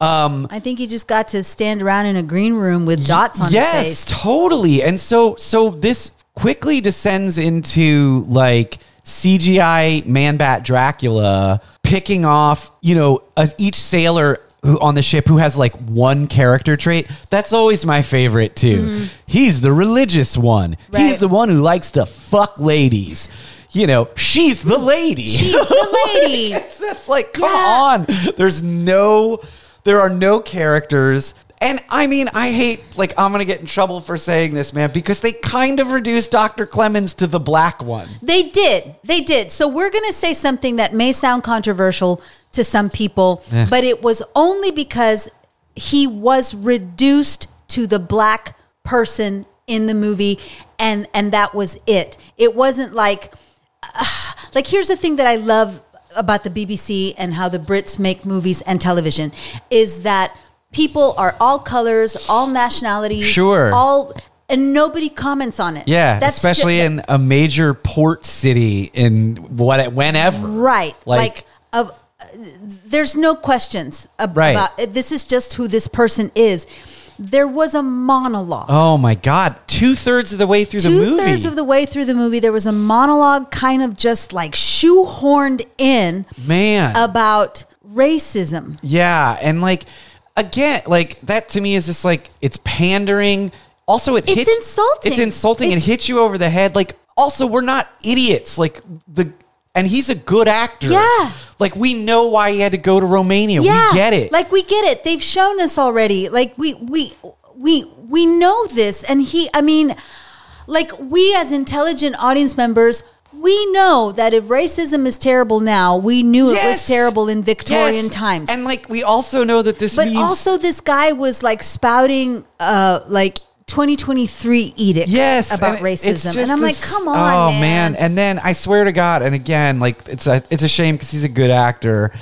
S1: Um, I think he just got to stand around in a green room with dots on his face.
S2: yes totally and so so this quickly descends into like cgi man bat dracula picking off you know as each sailor who on the ship who has like one character trait that's always my favorite too he's the religious one he's
S1: Mm-hmm. Right.
S2: the one who likes to fuck ladies you know she's the lady
S1: She's the lady.
S2: it's just like, come
S1: Yeah.
S2: on. There's no, there are no characters. And I mean, I hate, like, I'm going to get in trouble for saying this, man, because they kind of reduced Dr. Clemens to the black one.
S1: They did. They did. So we're going to say something that may sound controversial to some people, but it was only because he was reduced to the black person in the movie and and that was it. It wasn't like like here's the thing that I love about the BBC and how the Brits make movies and television is that people are all colors, all nationalities,
S2: Sure.
S1: all and nobody comments on it.
S2: Yeah,
S1: ju-
S2: especially in a major port city in what whenever.
S1: Right.
S2: Like-
S1: Like, of, uh, there's no questions ab-
S2: Right.
S1: about it. This is just who this person is. There was a monologue.
S2: Oh my God! Two thirds of the way through the
S1: Two
S2: movie,
S1: thirds of the way through the movie, there was a monologue kind of just like shoehorned in
S2: man.
S1: about racism.
S2: yeah, and like again, like that to me is just like it's pandering. Also, it
S1: It's
S2: hits,
S1: insulting.
S2: It's insulting and
S1: It's-
S2: hits you over the head. Like also, we're not idiots. Like the and he's a good actor.
S1: Yeah.
S2: Like we know why he had to go to Romania.
S1: Yeah,
S2: We get it.
S1: Like we get it. They've shown us already. Like we we we we know this, and he. I mean, like we as intelligent audience members. We know that if racism is terrible now, we knew it was
S2: Yes.
S1: terrible in Victorian
S2: Yes.
S1: times.
S2: And like we also know that this
S1: but
S2: means
S1: also, this guy was like spouting, uh, like 2023 edicts
S2: yes
S1: about
S2: and it- it's
S1: racism,
S2: just
S1: and I'm like,
S2: this-
S1: come on,
S2: oh
S1: man.
S2: And then I swear to God, and again, like it's a it's a shame because he's a good actor.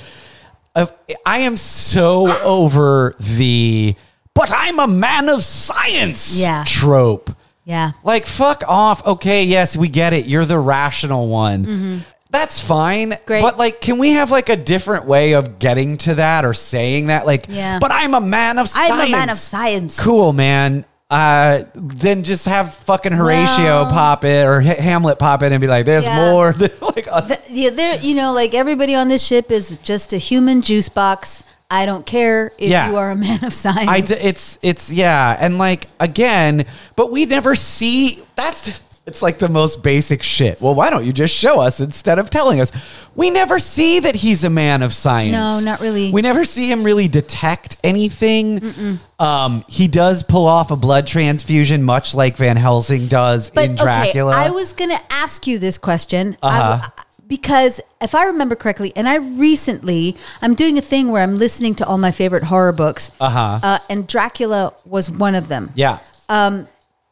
S2: Uh, I am so over the but I'm a man of science
S1: Yeah.
S2: trope.
S1: yeah,
S2: Like fuck off. Okay, yes, we get it. You're the rational one. That's fine.
S1: Mm-hmm. Great.
S2: But like can we have like a different way of getting to that or saying that like
S1: Yeah.
S2: but I'm a man of
S1: I'm
S2: science.
S1: a man of science.
S2: Cool, man. Uh, then just have fucking Horatio
S1: Well-
S2: pop it or H- Hamlet pop it and be like, "There's
S1: Yeah.
S2: more." like, uh,
S1: Th- yeah, there. You know, like everybody on this ship is just a human juice box. I don't care if
S2: Yeah.
S1: you are a man of science.
S2: I d- it's it's yeah, and like again, but we never see that's. It's like the most basic shit. Well, why don't you just show us instead of telling us? We never see that he's a man of science.
S1: No, not really.
S2: We never see him really detect anything. Um, he does pull off a blood transfusion, much like Van Helsing does in Dracula. Uh-huh.
S1: Okay, I was going to ask you this question I w- because if I remember correctly, and I recently I'm doing a thing where I'm listening to all my favorite horror books,
S2: Uh-huh.
S1: uh, and Dracula was one of them.
S2: yeah.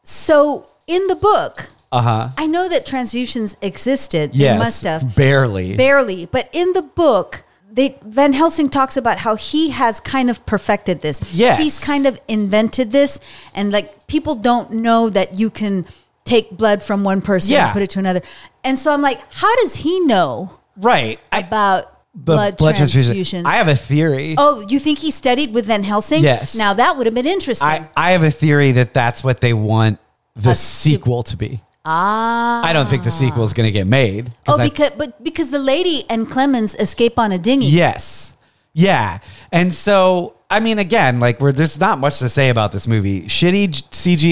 S1: So in the book,
S2: Uh huh.
S1: I know that transfusions existed. They must have.
S2: barely.
S1: barely but in the book they van helsing talks about how he has kind of perfected this
S2: Yes.
S1: he's kind of invented this and like people don't know that you can take blood from one person
S2: Yeah.
S1: and put it to another and so i'm like how does he know
S2: right. I,
S1: about
S2: the
S1: blood, transfusions
S2: I have a theory.
S1: oh you think he studied with van helsing
S2: Yes.
S1: now that would have been interesting
S2: I, I have a theory that that's what they want the
S1: A se-
S2: sequel to be. Ah. I don't think the sequel is going to get made.
S1: oh
S2: I-
S1: because but because the lady and clemens escape on a dinghy
S2: yes. Yeah. And so, I mean, again, like, we're, there's not much to say about this movie. Shitty G-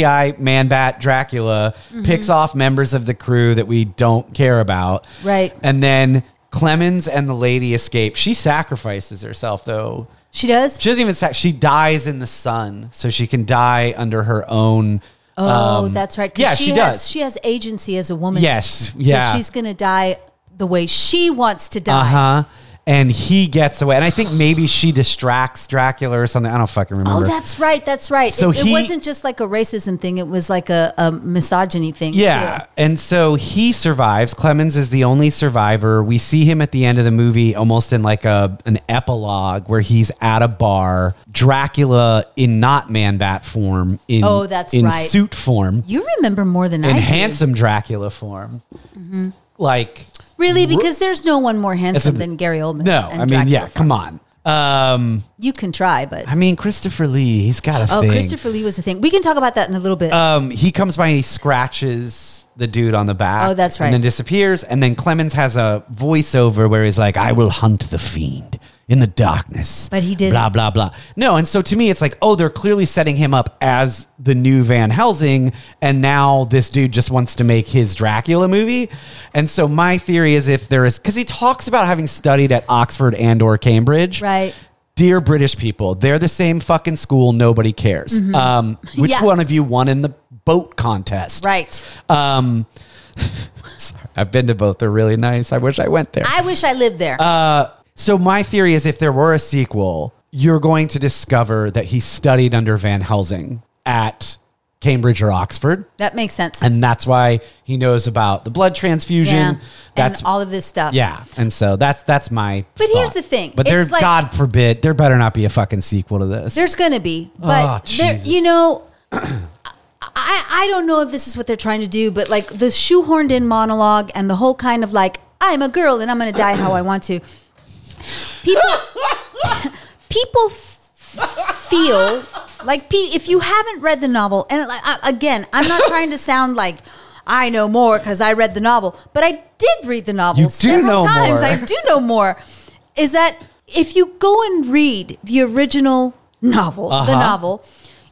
S2: CGI Man Bat Dracula
S1: Mm-hmm.
S2: picks off members of the crew that we don't care about.
S1: Right.
S2: And then Clemens and the lady escape. She sacrifices herself, though.
S1: she does
S2: She doesn't even sac- she dies in the sun, so she can die under her own
S1: Oh, that's right. 'cause
S2: um, yeah, she
S1: has,
S2: does.
S1: She has agency as a woman.
S2: Yes,
S1: So
S2: yeah.
S1: she's going to die the way she wants to
S2: Uh
S1: die.
S2: huh. And he gets away, and I think maybe she distracts Dracula or something. I don't fucking
S1: Oh,
S2: remember.
S1: that's right. That's right.
S2: So
S1: it, it
S2: he-
S1: wasn't just like a racism thing. It was like a, a misogyny thing.
S2: Yeah.
S1: too.
S2: And so he survives. Clemens is the only survivor. We see him at the end of the movie almost in like a an epilogue where he's at a bar. Dracula in not man bat form in
S1: Oh, that's
S2: in
S1: right.
S2: suit form.
S1: You remember more than
S2: In
S1: I do. Mm-hmm.
S2: handsome Dracula form. Like
S1: Really? Because there's no one more handsome
S2: a-
S1: than Gary Oldman.
S2: no,
S1: and
S2: I mean,
S1: Dracula
S2: yeah,
S1: Farmer.
S2: come on. Um,
S1: You can try, but
S2: I mean Christopher Lee, he's got a
S1: oh,
S2: thing.
S1: Christopher Lee was a thing. We can talk about that in a little bit.
S2: um, he comes by and he scratches the dude on the back.
S1: Oh, that's right.
S2: And then disappears. And then Clemens has a voiceover where he's like, I will hunt the fiend in the darkness.
S1: But he didn't.
S2: Blah, blah, blah. No. And so to me, it's like, oh, they're clearly setting him up as the new Van Helsing. And now this dude just wants to make his Dracula movie. And so my theory is if there is, because he talks about having studied at Oxford and or Cambridge.
S1: Right.
S2: Dear British people, they're the same fucking school. Nobody cares. Um, which
S1: Mm-hmm. Yeah.
S2: one of you won in the boat contest?
S1: right.
S2: Um, sorry, I've been to both. They're really nice. I wish I went there.
S1: I wish I lived there.
S2: uh, so my theory is, if there were a sequel, you're going to discover that he studied under Van Helsing at Cambridge or Oxford,
S1: that makes sense.
S2: and that's why he knows about the blood transfusion.
S1: yeah.
S2: That's
S1: and all of this stuff.
S2: yeah, and so that's that's my.
S1: But here's
S2: thought.
S1: the thing.
S2: But there,
S1: It's like-
S2: God forbid, there better not be a fucking sequel to this.
S1: There's going to be, but
S2: Oh,
S1: there,
S2: Jesus.
S1: you know, I I don't know if this is what they're trying to do, but like the shoehorned in monologue and the whole kind of like I'm a girl and I'm going to die how I want to. People, people f- feel like pe- if you haven't read the novel, and like, I, again, I'm not trying to sound like. I know more because I read the novel, but I did read the novel
S2: You do
S1: several
S2: know
S1: times.
S2: more.
S1: I do know more is that if you go and read the original novel, the
S2: Uh-huh.
S1: novel,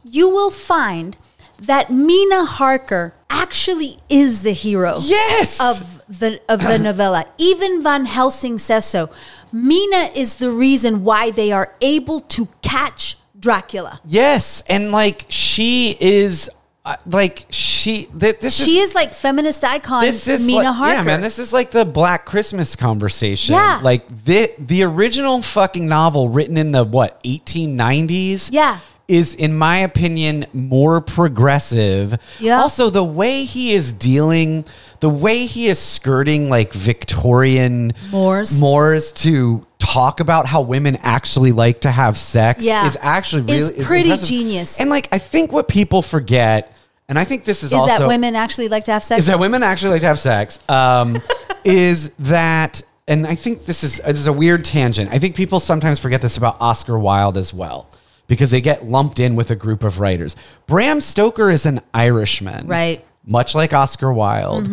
S1: you will find that Mina Harker actually is the hero
S2: yes.
S1: of the of the novella. Even Van Helsing says so. Mina is the reason why they are able to catch Dracula.
S2: Yes, and like she is, uh, like she. Th- this
S1: She
S2: is.
S1: is like feminist icon
S2: This is
S1: Mina
S2: like,
S1: Harker.
S2: yeah, man. This is like the Black Christmas conversation.
S1: Yeah.
S2: like the the original fucking novel written in the what 1890s.
S1: Yeah.
S2: is in my opinion more progressive.
S1: Yeah.
S2: Also, the way he is dealing, the way he is skirting like Victorian
S1: Moors.
S2: Moors to talk about how women actually like to have sex
S1: Yeah.
S2: is actually really
S1: Is pretty
S2: impressive.
S1: genius.
S2: And like, I think what people forget, and I think this is,
S1: is
S2: also
S1: that women actually like to have sex?
S2: is that women actually like to have sex. Um, is that and I think this is this is a weird tangent. I think people sometimes forget this about Oscar Wilde as well because they get lumped in with a group of writers. Bram Stoker is an Irishman,
S1: Right.
S2: Much like Oscar Wilde.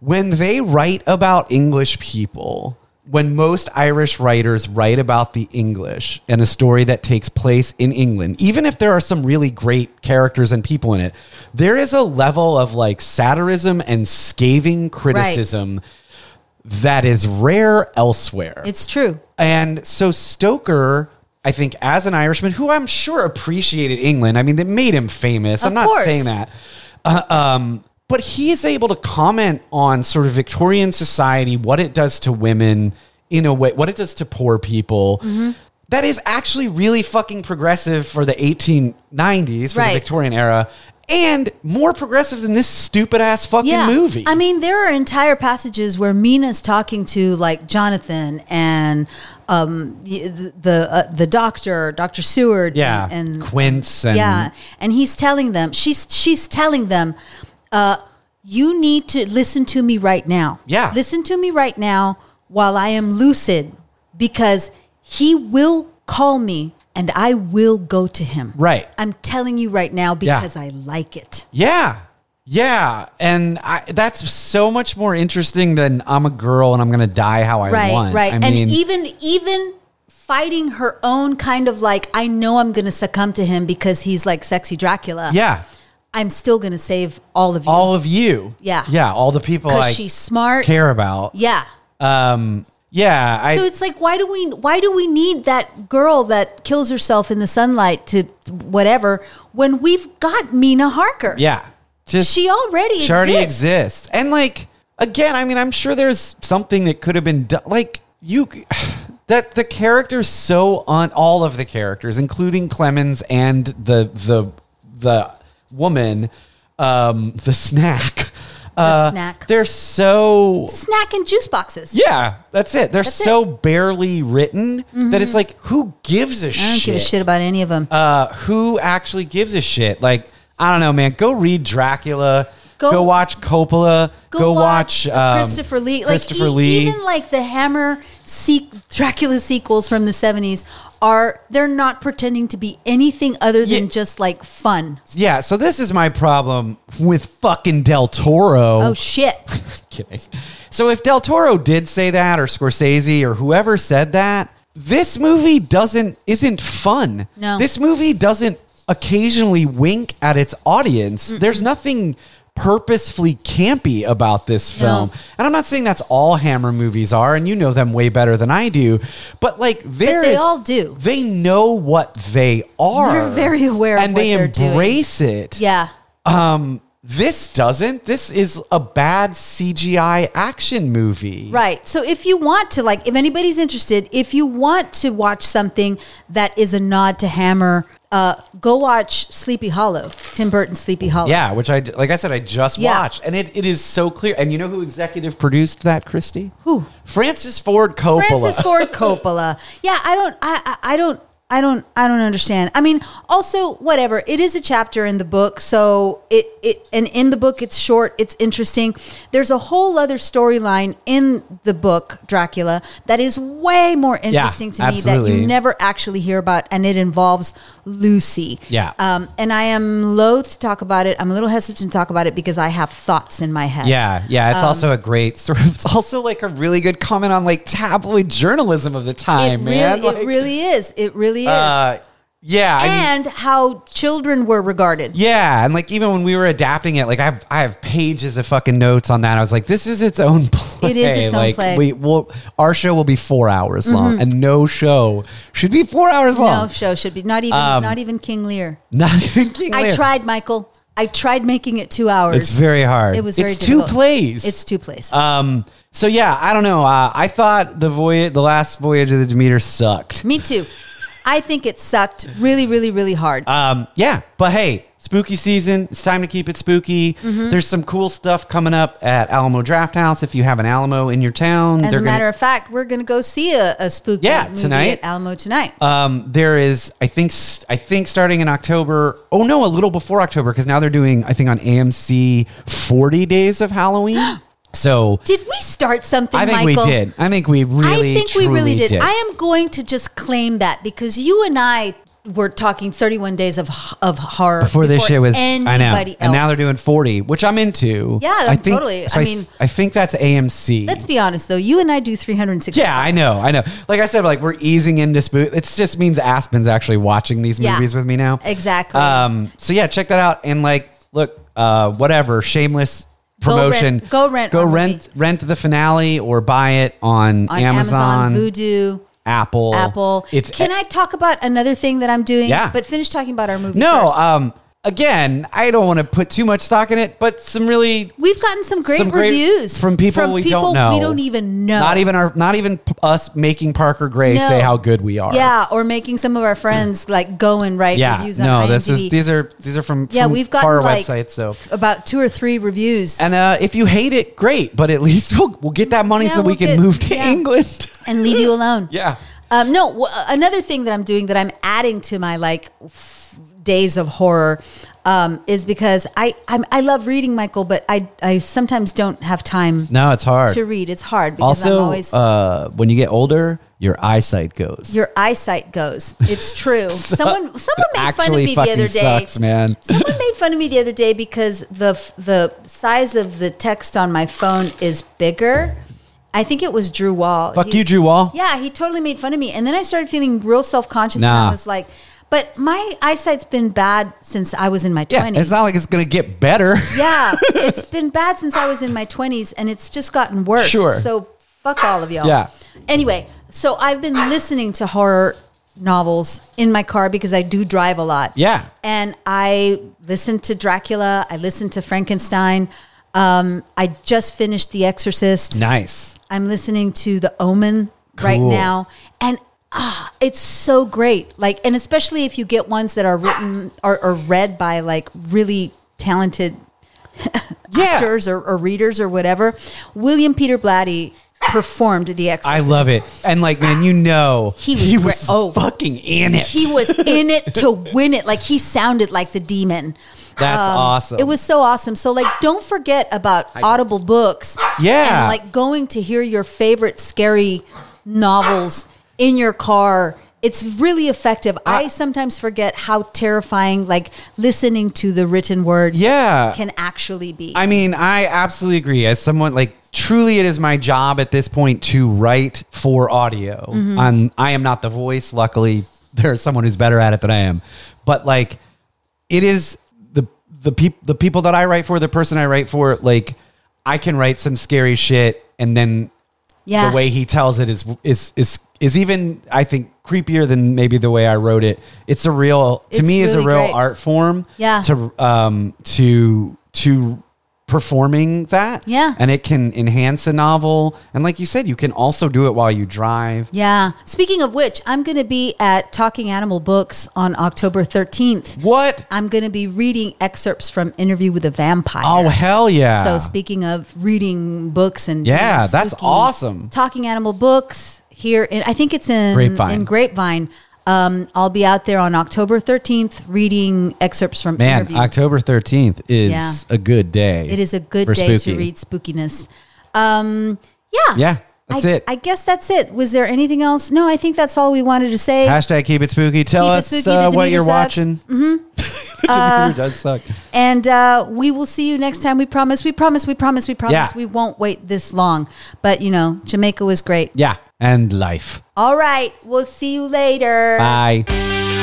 S2: When they write about English people, when most Irish writers write about the English and a story that takes place in England, even if there are some really great characters and people in it, there is a level of like satirism and scathing criticism that is rare elsewhere.
S1: it's true.
S2: And so Stoker, I think, as an Irishman who I'm sure appreciated England, I mean, that made him famous.
S1: Of
S2: I'm not
S1: course.
S2: saying that. Uh, um, but he is able to comment on sort of Victorian society, what it does to women in a way, what it does to poor people.
S1: Mm-hmm.
S2: That is actually really fucking progressive for the 1890s, for
S1: Right.
S2: the Victorian era, and more progressive than this stupid ass fucking movie.
S1: I mean, there are entire passages where Mina's talking to like Jonathan and um, y- the the, uh, the doctor, Doctor Seward,
S2: yeah.
S1: and, and
S2: Quince and
S1: yeah, and he's telling them she's she's telling them, uh, you need to listen to me right now.
S2: Yeah.
S1: listen to me right now while I am lucid, because he will call me and I will go to him.
S2: Right.
S1: I'm telling you right now because I like it.
S2: Yeah. Yeah. And I, that's so much more interesting than I'm a girl and I'm going to die how I
S1: right
S2: want.
S1: right
S2: I
S1: and
S2: mean,
S1: even even fighting her own kind of like i know i'm gonna succumb to him because he's like sexy dracula
S2: yeah.
S1: i'm still gonna save all of you
S2: All of you.
S1: Yeah.
S2: Yeah. All the people
S1: because
S2: I
S1: she's smart
S2: care about.
S1: yeah
S2: Um, yeah. I,
S1: so it's like why do we why do we need that girl that kills herself in the sunlight to whatever when we've got mina harker
S2: yeah. Just
S1: She already
S2: she already
S1: exists.
S2: exists. And like again, I mean, I'm sure there's something that could have been done. Like you, that the characters so on all of the characters, including Clemens and the the the woman, um, the snack. uh,
S1: snack.
S2: They're so
S1: Snack and juice boxes.
S2: yeah. That's it. They're
S1: it. Mm-hmm.
S2: so barely written that it's like who gives a shit?
S1: I don't give a shit about any of them.
S2: uh, who actually gives a shit? Like, I don't know, man. Go read Dracula.
S1: Go-
S2: Go, watch Coppola. Go, watch, um,
S1: uh, Christopher Lee. Like
S2: Christopher
S1: e-
S2: Lee.
S1: even like the Hammer se- Dracula sequels from the seventies are they're not pretending to be anything other than
S2: Yeah.
S1: just like fun.
S2: yeah. So this is my problem with fucking Del Toro.
S1: Oh shit!
S2: kidding. So if Del Toro did say that, or Scorsese, or whoever said that, this movie doesn't isn't fun.
S1: No.
S2: this movie doesn't occasionally wink at its audience. There's nothing purposefully campy about this film, and I'm not saying that's all Hammer movies are, and you know them way better than I do. But like, there
S1: they
S2: is-
S1: all do.
S2: They know what they are.
S1: They're very aware of
S2: and
S1: what
S2: they
S1: they're doing.
S2: embrace it.
S1: Yeah,
S2: Um, this doesn't. This is a bad CGI action movie.
S1: right. So if you want to like, if anybody's interested, if you want to watch something that is a nod to Hammer, uh, go watch Sleepy Hollow, Tim Burton's Sleepy Hollow.
S2: Yeah, which I like I said I just
S1: Yeah.
S2: watched, and it, it is so clear. And you know who executive produced that, Christy?
S1: Who?
S2: Francis Ford Coppola.
S1: Francis Ford Coppola. Yeah, I don't, I, I, I don't, I don't, I don't understand. I mean, also whatever. It is a chapter in the book, so it, it, and in the book, it's short, it's interesting. There's a whole other storyline in the book Dracula that is way more interesting to me that you
S2: absolutely.
S1: never actually hear about, and it involves Lucy.
S2: Yeah.
S1: Um, and I am loath to talk about it. I'm a little hesitant to talk about it because I have thoughts in my head.
S2: Yeah, yeah.
S1: Um,
S2: It's also a great sort of. It's also like a really good comment on like tabloid journalism of the
S1: It
S2: time,
S1: really,
S2: man.
S1: it
S2: Like,
S1: really is. It really is.
S2: Uh, yeah, I mean,
S1: and how children were regarded.
S2: Yeah, and like even when we were adapting it, like I have I have pages of fucking notes on that. I was like, this is its own play.
S1: It is its own
S2: like,
S1: play. Mm-hmm.
S2: We will our show will be four hours long, and no show should be four hours
S1: No
S2: long.
S1: show should be not even not even King Lear.
S2: Not even Um, King
S1: I
S2: Lear.
S1: tried, Michael. I tried making it two hours.
S2: It's very hard.
S1: It was very
S2: it's
S1: difficult.
S2: two plays.
S1: It's two plays.
S2: um. So yeah, I don't know. Uh, I thought the voyage, the last voyage of the Demeter, sucked.
S1: Me too. I think it sucked really, really, really hard.
S2: Um. Yeah, but hey. Spooky season. It's time to keep it spooky.
S1: Mm-hmm.
S2: There's some cool stuff coming up at Alamo Draft House. If you have an Alamo in your town,
S1: As
S2: they're
S1: a
S2: gonna-
S1: matter of fact, we're going to go see a, a spooky
S2: Yeah,
S1: movie
S2: tonight.
S1: at Alamo tonight.
S2: Um, there is, I think, I think starting in October. Oh no, a little before October because now they're doing, I think, on AMC, forty days of Halloween. so
S1: did we start something?
S2: I think
S1: Michael?
S2: we did. I think we really,
S1: I think we really
S2: truly
S1: did. I am going to just claim that because you and I were talking 31 days of of horror
S2: before this shit was, I know,
S1: anybody
S2: and now
S1: else.
S2: they're doing forty, which I'm into.
S1: Yeah,
S2: I think,
S1: totally.
S2: so
S1: I
S2: I
S1: mean-
S2: I think that's AMC.
S1: Let's be honest though, you and I do 360.
S2: yeah, I know, I know. Like I said, like we're easing into spook. It just means Aspen's actually watching these
S1: Yeah.
S2: movies with me now.
S1: Exactly.
S2: Um, so yeah, check that out and like, look, uh, whatever, shameless
S1: Go rent-
S2: promotion.
S1: go rent
S2: Go
S1: our
S2: rent. Rent the finale or buy it on,
S1: on
S2: Amazon,
S1: Voodoo,
S2: Apple,
S1: Apple.
S2: It's e-
S1: Can I talk about another thing that I'm doing?
S2: Yeah.
S1: But finish talking about our movie.
S2: no.
S1: first.
S2: Um, again, I don't want to put too much stock in it, but some really
S1: We've gotten some great
S2: some great-
S1: reviews
S2: from people we don't know.
S1: We don't even know.
S2: not even our not even p- us making Parker Gray
S1: No.
S2: say how good we are.
S1: Yeah, or making some of our friends like go and write
S2: Mm. Yeah,
S1: reviews on
S2: no,
S1: IMDb.
S2: this is these are these are from,
S1: yeah,
S2: from
S1: we've gotten
S2: horror
S1: like
S2: websites. So
S1: f- about two or three reviews, and,
S2: And uh, if you hate it, great. But at least we'll, we'll get that money
S1: Yeah,
S2: so we
S1: we'll
S2: can
S1: get-
S2: move to
S1: yeah.
S2: England.
S1: leave you alone.
S2: yeah.
S1: Um, no, w- another thing that I'm doing that I'm adding to my like f- days of horror um, is because I I'm, I love reading Michael, but I I sometimes don't have time
S2: No, it's hard.
S1: to read. It's hard because
S2: also,
S1: I'm always
S2: uh, when you get older, your eyesight goes.
S1: your eyesight goes. It's true. someone someone
S2: It
S1: made fun of
S2: actually
S1: me the
S2: fucking
S1: other day.
S2: sucks, man.
S1: Someone made fun of me the other day because the f- the size of the text on my phone is bigger. I think it was Drew Wall.
S2: Fuck
S1: He-
S2: you, Drew Wall.
S1: Yeah, he totally made fun of me, and then I started feeling real self conscious, and I
S2: Nah.
S1: was like, "But my eyesight's been bad since I was in my
S2: Yeah,
S1: twenties.
S2: it's not like it's gonna get better.
S1: yeah, it's been bad since I was in my twenties, and it's just gotten worse.
S2: Sure.
S1: So fuck all of y'all.
S2: Yeah.
S1: Anyway, so I've been listening to horror novels in my car because I do drive a lot.
S2: Yeah.
S1: And I listened to Dracula, I listened to Frankenstein. Um, I just finished The Exorcist.
S2: Nice.
S1: I'm listening to The Omen right
S2: Cool.
S1: now, and ah, it's so great. Like, and especially if you get ones that are written or, or read by like really talented
S2: Yeah.
S1: actors or, or readers or whatever. William Peter Blatty performed The
S2: I
S1: Exorcist.
S2: love it. And like, man, you know,
S1: He was great. Oh.
S2: fucking in it.
S1: he was in it to win it. Like he sounded like the demon.
S2: That's awesome.
S1: um, It was so awesome. So like, don't forget about Audible books.
S2: Yeah.
S1: and like going to hear your favorite scary novels in your car. It's really effective. I, sometimes forget how terrifying like listening to the written word
S2: yeah.
S1: can actually be.
S2: I mean, I absolutely agree. As someone like truly it is my job at this point to write for audio. I'm I am not the voice, luckily there's someone who's better at it than I am. But like it is the the people the people that I write for, the person I write for, like I can write some scary shit and then
S1: yeah,
S2: the way he tells it is is is is even I think creepier than maybe the way I wrote it. It's a real to
S1: It's
S2: me is a
S1: really
S2: real
S1: great.
S2: art form.
S1: Yeah.
S2: To um to to performing that.
S1: Yeah.
S2: And it can enhance a novel. And like you said, you can also do it while you drive.
S1: yeah. Speaking of which, I'm going to be at Talking Animal Books on October 13th.
S2: What?
S1: I'm going to be reading excerpts from Interview with a Vampire.
S2: Oh hell yeah.
S1: So speaking of reading books and
S2: Yeah,
S1: being
S2: that's
S1: spooky,
S2: awesome.
S1: Talking Animal Books here in I think it's in
S2: Grapevine.
S1: in Grapevine. Um, I'll be out there on October 13th reading excerpts from
S2: Man,
S1: interview.
S2: October 13th is
S1: Yeah.
S2: a good day.
S1: it is a good
S2: for
S1: day to
S2: spooky.
S1: read spookiness. Um, yeah.
S2: Yeah, that's
S1: I,
S2: it.
S1: I guess that's it. Was there anything else? No, I think that's all we wanted to say.
S2: Hashtag keep it spooky. Tell
S1: Keep it
S2: us
S1: spooky,
S2: uh,
S1: the
S2: what you're
S1: Demeter sucks. Uh,
S2: watching. Mm-hmm. does suck.
S1: And uh, we will see you next time. We promise. We promise. We promise. We promise.
S2: Yeah.
S1: We won't wait this long. But, you know, Jamaica was great.
S2: Yeah, and life.
S1: All right. We'll see you later.
S2: Bye.